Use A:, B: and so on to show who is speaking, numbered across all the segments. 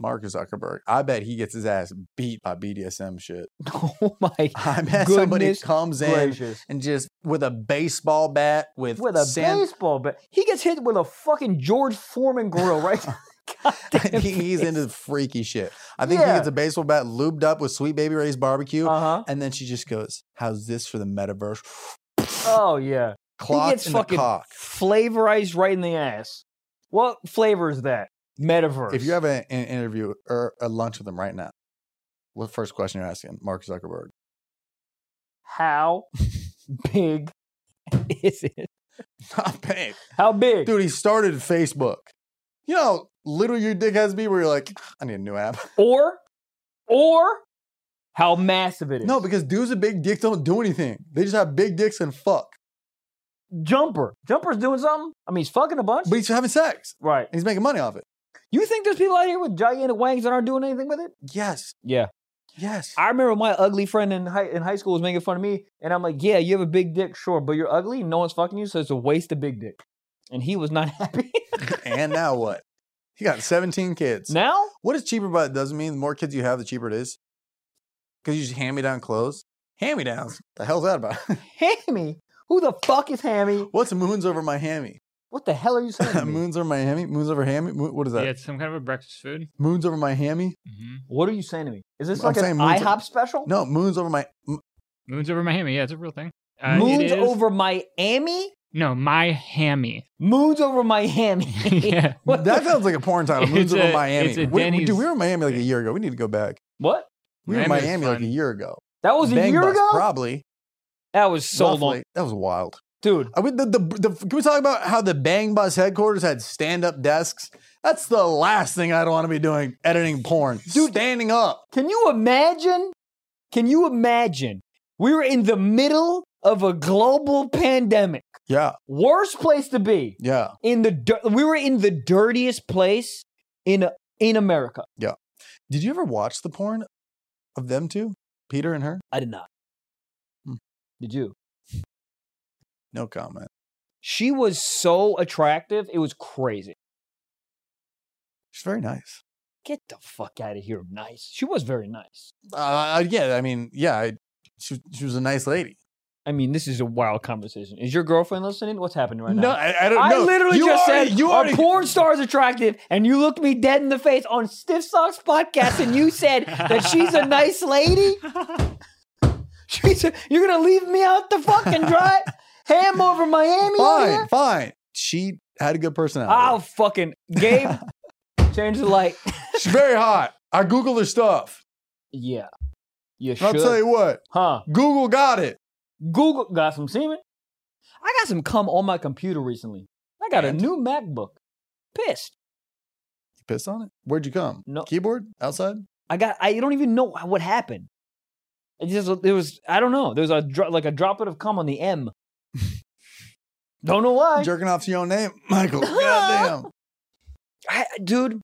A: Mark Zuckerberg. I bet he gets his ass beat by BDSM shit.
B: Oh my
A: I bet somebody
B: Goodness
A: comes in
B: gracious.
A: and just with a baseball bat with,
B: With a
A: sand.
B: baseball bat. He gets hit with a fucking George Foreman grill, right? God damn
A: he, he's into freaky shit. I think he
B: Yeah.
A: gets a baseball bat lubed up with Sweet Baby Ray's barbecue.
B: Uh huh.
A: and then she just goes, How's this for the metaverse?
B: Oh yeah. he
A: Clock
B: gets
A: in the
B: fucking
A: cock.
B: flavorized right in the ass. What flavor is that? Metaverse.
A: If you have a- an interview or a lunch with him right now, what first question you're asking? Mark Zuckerberg.
B: how big is it?
A: Not paid.
B: How big?
A: Dude, he started Facebook. You know, how little your dick has to be where you're like, I need a new app.
B: Or or how massive it is.
A: No, because dudes with big dicks don't do anything. They just have big dicks and fuck.
B: Jumper. Jumper's doing something. I mean he's fucking a bunch.
A: But he's having sex.
B: right.
A: And he's making money off it.
B: You think there's people out here with gigantic wangs that aren't doing anything with it?
A: Yes.
B: Yeah.
A: Yes.
B: I remember my ugly friend in high, in high school was making fun of me, and I'm like, "Yeah, you have a big dick, sure, but you're ugly. No one's fucking you, so it's a waste of big dick." And he was not happy.
A: and now what? He got 17 kids.
B: now,
A: What is cheaper but it doesn't mean the more kids you have, the cheaper it is? Because you just hand me down clothes. Hand me downs. The hell's that about?
B: Hammy, who the fuck is Hammy?
A: What's moons over my hammy?
B: What the hell are you saying? to me?
A: moons over my hammy? Moons over hammy? Mo- what is
C: Yeah,
A: that?
C: it's some kind of a breakfast food.
A: Moons over my hammy?
C: hmm
B: What are you saying to me? Is this
A: I'm
B: like an
A: saying moons-
B: IHOP special?
A: No, moons over my. m-
C: Moons over Miami. Yeah, it's a real thing. Uh, it
B: Moons
C: is-
B: over Miami.
C: No, my hammy.
B: Moons over Miami.
C: yeah.
B: What the-
A: That sounds like a porn title. Moons
C: It's
A: over
C: a-
A: Miami.
C: it's a
A: we, we-
C: Denny's-
A: dude, we were in Miami like a year ago. We need to go back.
B: what?
A: We were in
C: Miami was
A: Miami like a
C: fun.
A: year ago.
B: That Oh, was a
A: Bang
B: year
A: bus,
B: ago.
A: Probably.
B: that was so
A: Roughly.
B: long,
A: That was wild.
B: dude.
A: I mean, the, the, the, can we talk about how the Bang Bus headquarters had stand up desks? That's the last thing I'd want to be doing editing porn.
B: Dude.
A: standing up.
B: Can you imagine? Can you imagine? We were in the middle of a global pandemic.
A: Yeah,
B: Worst place to be
A: yeah.
B: in the dir- we were in the dirtiest place in in America.
A: Did you ever watch the porn of them two, Peter and her?
B: I did not.
A: Hmm.
B: Did you?
A: No comment.
B: She was so attractive. It was crazy.
A: She's very nice.
B: Get the fuck out of here. Nice. She was very nice.
A: Uh, yeah, I mean, yeah, I, she she was a nice lady.
B: I mean, this is a wild conversation. Is your girlfriend listening? What's happening right
A: No,
B: now?
A: I, I don't
B: I
A: know.
B: literally
A: You
B: just
A: already-
B: said
A: you
B: are
A: already.
B: porn stars attractive, and you looked me dead in the face on Stiff Socks podcast, and you said that she's a nice lady. She's a, you're gonna leave me out the fucking dry, ham over Miami. out here?
A: Fine, fine. She had a good
B: I'll Oh.
A: personality.
B: fucking Gabe change the light.
A: She's very hot. I googled her stuff.
B: Yeah, you
A: I'll
B: should,
A: tell you what,
B: huh?
A: Google got it.
B: Google got some semen. I got some cum on my computer recently. I got
A: And?
B: a new MacBook. Pissed.
A: You pissed on it? Where'd you come?
B: No.
A: Keyboard outside.
B: I got. I don't even know what happened. It just. It was. I don't know. There was a dro- like a droplet of cum on the M. don't know why.
A: Jerking off to your own name, Michael. Goddamn.
B: I, dude.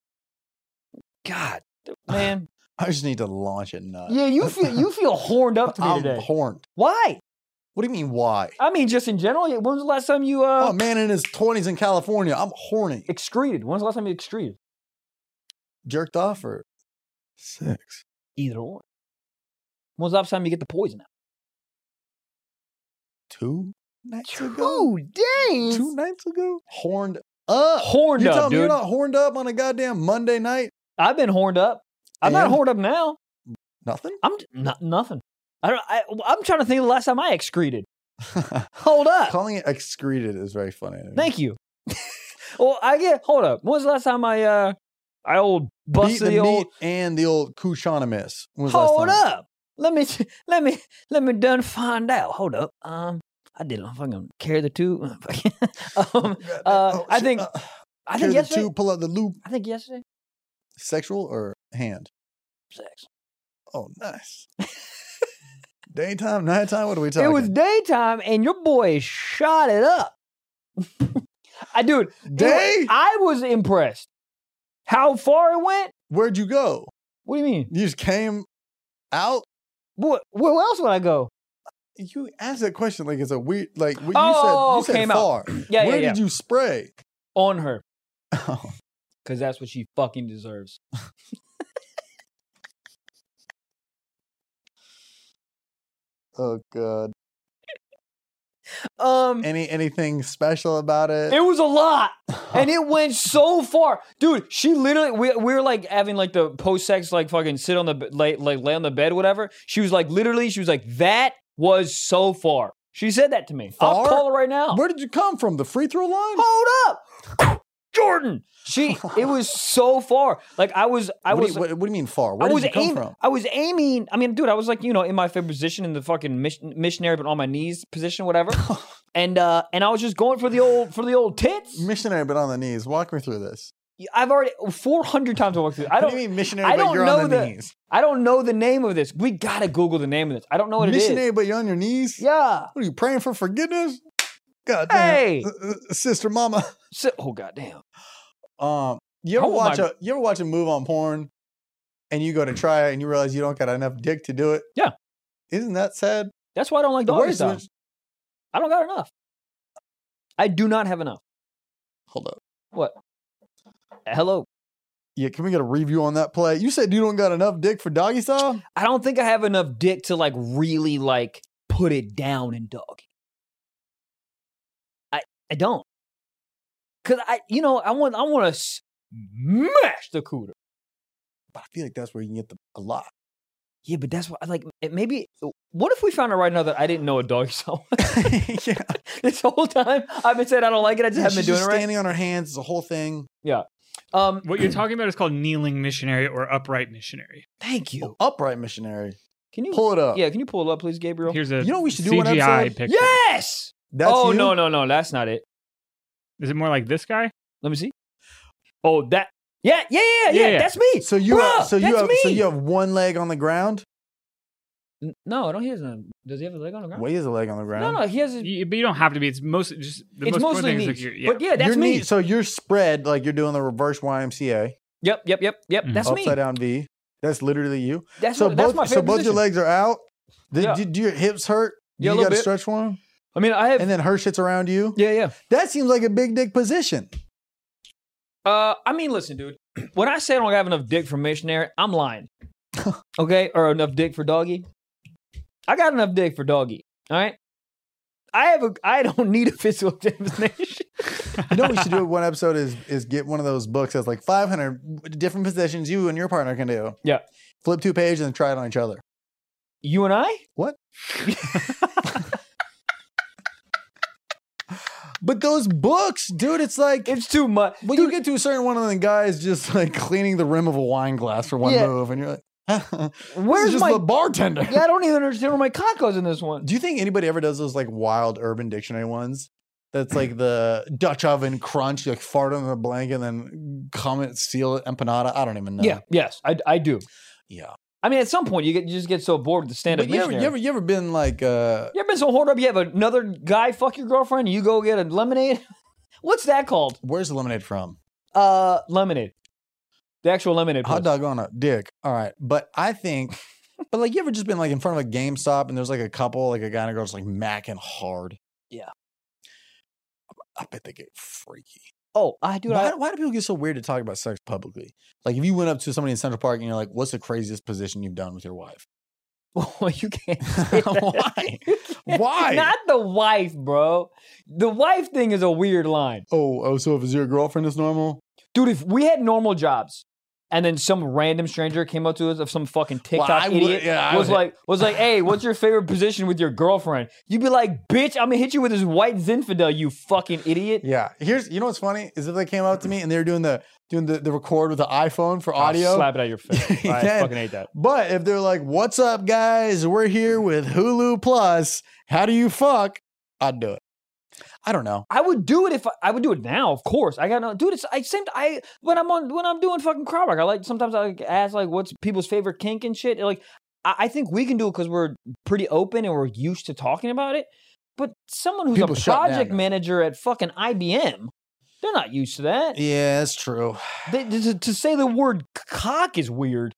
B: God, man.
A: I just need to launch a nut.
B: Yeah, you feel you feel horned up to me
A: I'm
B: today.
A: horned.
B: why? What
A: What do you mean? Why?
B: I mean, just in general. When was the last time you uh
A: Oh, a man in his 20s in California. I'm horny.
B: excreted? When was the last time you excreted?
A: Jerked off or six.
B: Either or. When was the last time you get the poison out?
A: Two nights ago.
B: days.
A: Two nights ago. Horned up.
B: horned
A: you
B: up,
A: telling me
B: dude.
A: you're not horned up on a goddamn Monday night?
B: I've been horned up. I'm not
A: And?
B: horned up now.
A: Nothing?
B: I'm j- not nothing. I don't. I, I'm trying to think of the last time I excreted. Hold up.
A: Calling it excreted is very funny. to me.
B: Thank you. well, I get. Hold up. When was the last time I uh I old
A: Beat
B: busted
A: the,
B: the, old?
A: meat and the old Kushanamis. When was the last
B: Hold
A: time?
B: up. Let me let me let me done find out. Hold up. Um, I did. I'm fucking carry the two. um,
A: Goddamn.
B: Uh, I
A: shit.
B: think-
A: Uh,
B: I
A: here's
B: think
A: the
B: yesterday.
A: two, pull out the loop.
B: I think yesterday.
A: Sexual or hand?
B: Sex.
A: Oh, nice. Daytime, nighttime. What are we talking?
B: It was daytime, and your boy shot it up. I dude. It wa-
A: day.
B: I was impressed. How far it went?
A: Where'd you go?
B: What do you mean?
A: You just came out.
B: What, where else would I go?
A: You asked that question like it's a weird. Like what you
B: Oh,
A: said, you
B: came
A: said far.
B: out. Yeah,
A: Where
B: yeah, yeah.
A: did you spray?
B: On her,
A: Oh,
B: because that's what she fucking deserves.
A: Oh god.
B: Um,
A: Any anything special about it?
B: it was a lot, and it went so far, dude. She literally, we, we were like having like the post sex, like fucking sit on the be- like like lay on the bed, whatever. She was like, literally, she was like, that was so far. She said that to me. I'll
A: Far?
B: call her right now.
A: Where did you come from? The free throw line?
B: Hold up. Jordan, she it was so far. Like I was, I
A: what,
B: was,
A: do you, what, what do you mean far?
B: I
A: Where
B: was
A: did you come
B: aiming.
A: from?
B: I was aiming. I mean, dude, I was like, you know, in my favorite position in the fucking mis- missionary, but on my knees position, whatever. and uh, and I was just going for the old for the old tits.
A: Missionary, but on the knees. Walk me through this.
B: I've already four hundred times I walked through. I
A: What
B: don't.
A: do you mean missionary,
B: I
A: but
B: don't
A: you're
B: know
A: on the
B: the-
A: knees?
B: I don't know the name of this. We gotta Google the name of this. I don't know what
A: missionary,
B: it
A: but you're on your knees?
B: is. Yeah.
A: What are you praying for forgiveness? God damn.
B: Hey.
A: Uh, uh, Sister mama.
B: So, oh goddamn.
A: Um you ever
B: Oh, my-
A: watch a you ever watch a move on porn and you go to try it and you realize you don't got enough dick to do it?
B: Yeah.
A: Isn't that sad?
B: That's why I don't like
A: The
B: doggy
A: worst
B: style.
A: is-
B: I don't got enough. I do not have enough.
A: Hold up.
B: What? Hello.
A: Yeah, can we get a review on that play? You said you don't got enough dick for doggy style?
B: I don't think I have enough dick to like really like put it down in doggy. I I don't. Cause I you know I want I want to smash the cooter.
A: But I feel like that's where you can get the, a lot.
B: Yeah, but that's what like it maybe. What if we found out right now that I didn't know a doggy song
A: yeah.
B: this whole time? I've been saying I don't like it. I just
A: Yeah,
B: haven't been
A: she's
B: doing
A: just
B: it right.
A: standing on her hands, it's a whole thing.
B: Um,
C: What you're talking about is called kneeling missionary or upright missionary.
B: thank you.
A: Upright missionary.
B: Can you?
A: Pull it up.
B: Yeah, can you pull it up, please, Gabriel?
C: Here's a
A: You know what we should do one
C: CGI
A: episode?
C: picture.
B: yes.
A: That's
B: oh
A: you?
B: no no no, that's not it.
C: Is it more like this guy?
B: Let me see. Oh, that. Yeah, yeah, yeah, yeah.
C: Yeah, yeah.
B: That's me.
A: So you
B: Bruh,
A: have, so you
B: that's
A: have so
B: me.
A: you have one leg on the ground.
B: N- No, I don't. He has a. Does he have a leg on the ground?
A: Wait, is a leg on the
B: no,
A: ground?
B: no, he has. A,
C: You, but you don't have to be. It's mostly just. The
B: it's
C: most important
B: mostly
C: thing
B: knees.
C: is like you're- yeah.
B: But yeah, that's
A: Your
B: me.
A: knee- so you're spread like you're doing the reverse YMCA,
B: Yep, yep, yep, yep.
C: Mhm.
B: That's
A: upside
B: me.
A: down V. That's literally you.
B: That's
A: so
B: what,
A: both
B: that's my favorite
A: so both your
B: position.
A: legs are out. Did,
B: Yeah.
A: do, do your hips hurt?
B: Yeah, a
A: you
B: little
A: got to
B: bit.
A: stretch for 'em?
B: I mean, I have.
A: and then her shit's around you.
B: yeah, yeah.
A: That seems like a big dick position.
B: Uh, I mean, listen, dude. When I say I don't have enough dick for missionary, I'm lying. okay, or enough dick for doggy. I got enough dick for doggy. All right. I have a. I don't need a physical examination.
A: You know what we should do with one episode is is get one of those books that's like 500 different positions you and your partner can do.
B: Yeah.
A: Flip two pages and try it on each other.
B: you and I.
A: But those books, dude, it's like
B: It's too much.
A: Well, you get to a certain one, and the guy is just like cleaning the rim of a wine glass for one
B: Yeah.
A: move, and you're like, "Where's
B: Where's
A: just
B: my?
A: the bartender?"
B: yeah, I don't even understand where my cock goes in this one.
A: Do you think anybody ever does those like wild Urban Dictionary ones? That's like the Dutch oven crunch, you like fart on the blanket, and then cum it, seal it, empanada. I don't even know.
B: Yeah. Yes, I, I do.
A: yeah.
B: I mean, at some point, you get you just get so bored with the stand up
A: But you ever,
B: missionary.
A: you ever, you ever been like, uh,
B: You ever been so horned up? You have another guy fuck your girlfriend. You go get a lemonade. What's that called?
A: where's the lemonade from?
B: Uh, lemonade. The actual lemonade.
A: Hot
B: Place.
A: dog on a dick. All right, but I think, but like, you ever just been like in front of a GameStop and there's like a couple, like a guy and a girl, just like macking hard.
B: Yeah.
A: I bet they get freaky.
B: Oh, I do.
A: why,
B: I,
A: why do people get so weird to talk about sex publicly? Like, if you went up to somebody in Central Park and you're like, "What's the craziest position you've done with your wife?"
B: well, you can't. say that.
A: Why?
B: You can't-
A: Why?
B: Not the wife, bro. The wife thing is a weird line,
A: Oh, oh, so if it's your girlfriend, it's normal.
B: dude. If we had normal jobs. And then some random stranger came up to us of some fucking TikTok
A: I would-
B: idiot
A: yeah, I
B: was
A: would-
B: like was like, hey, what's your favorite position with your girlfriend? You'd be like, bitch, I'm gonna hit you with this white Zinfandel, you fucking idiot.
A: Yeah. Here's, you know what's funny is if they came up to me and they were doing the doing the, the record with the iPhone for
B: I'll
A: audio.
B: slap it out your face. I
A: Yeah.
B: fucking hate that.
A: But if they're like, "What's up, guys? We're here with Hulu Plus. How do you fuck?" I'd do it. I don't know.
B: I would do it if I, I would do it now. Of course, I got no dude. It's I same I when I'm on when I'm doing fucking crowd work. I like sometimes I like ask like what's people's favorite kink and shit. Like I, I think we can do it because we're pretty open and we're used to talking about it. But someone who's
A: People
B: a
A: shut down
B: project
A: now.
B: manager at fucking IBM, they're not used to that.
A: Yeah, that's true.
B: They, to, to say the word c- cock is weird.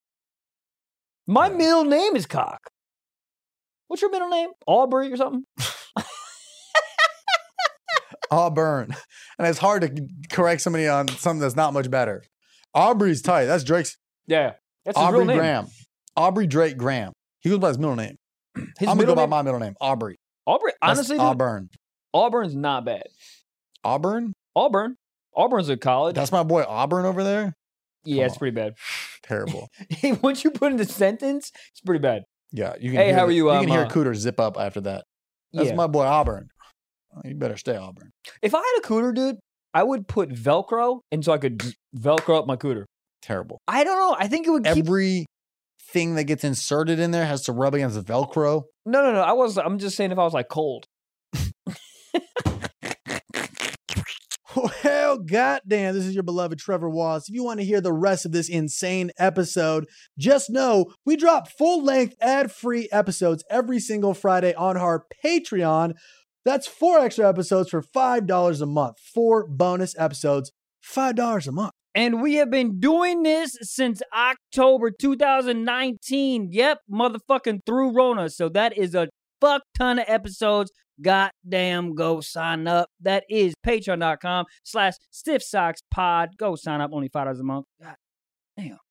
B: My middle name is cock. What's your middle name? Aubrey or something?
A: Auburn. And it's hard to correct somebody on something that's not much better. Aubrey's tight. That's Drake's
B: Yeah, that's his
A: Aubrey
B: real name.
A: Graham. Aubrey Drake Graham. He goes by his middle name.
B: His
A: I'm gonna
B: middle
A: go by
B: name-
A: my middle name, Aubrey.
B: Aubrey.
A: That's
B: Honestly, dude,
A: Auburn.
B: Auburn's not bad.
A: Auburn?
B: Auburn. Auburn's a college.
A: That's my boy Auburn over there.
B: yeah,
A: come
B: it's
A: on.
B: pretty bad.
A: Terrible.
B: Once you put in the sentence, it's pretty bad.
A: Yeah, you can.
B: Hey,
A: hear
B: how are
A: the-
B: you,
A: You
B: um,
A: can hear
B: uh,
A: Cooter zip up after that. That's
B: yeah.
A: my boy Auburn. You better stay Auburn.
B: if I had a cooter, dude, I would put Velcro, and so I could Velcro up my cooter.
A: Terrible.
B: I don't know. I think it would keep.
A: Every thing that gets inserted in there has to rub against the Velcro.
B: No, no, no. I was. I'm just saying if I was like cold.
A: Well, Oh, goddamn, this is your beloved Trevor Wallace. If you want to hear the rest of this insane episode, just know we drop full length ad free episodes every single Friday on our Patreon. That's four extra episodes for $5 a month, four bonus episodes, $5 a month.
B: And we have been doing this since October 2019. Yep, motherfucking through Rona. So that is a fuck ton of episodes. Goddamn, go sign up. That is patreon.com slash stiff socks pod. Go sign up, only $5 a month. God damn.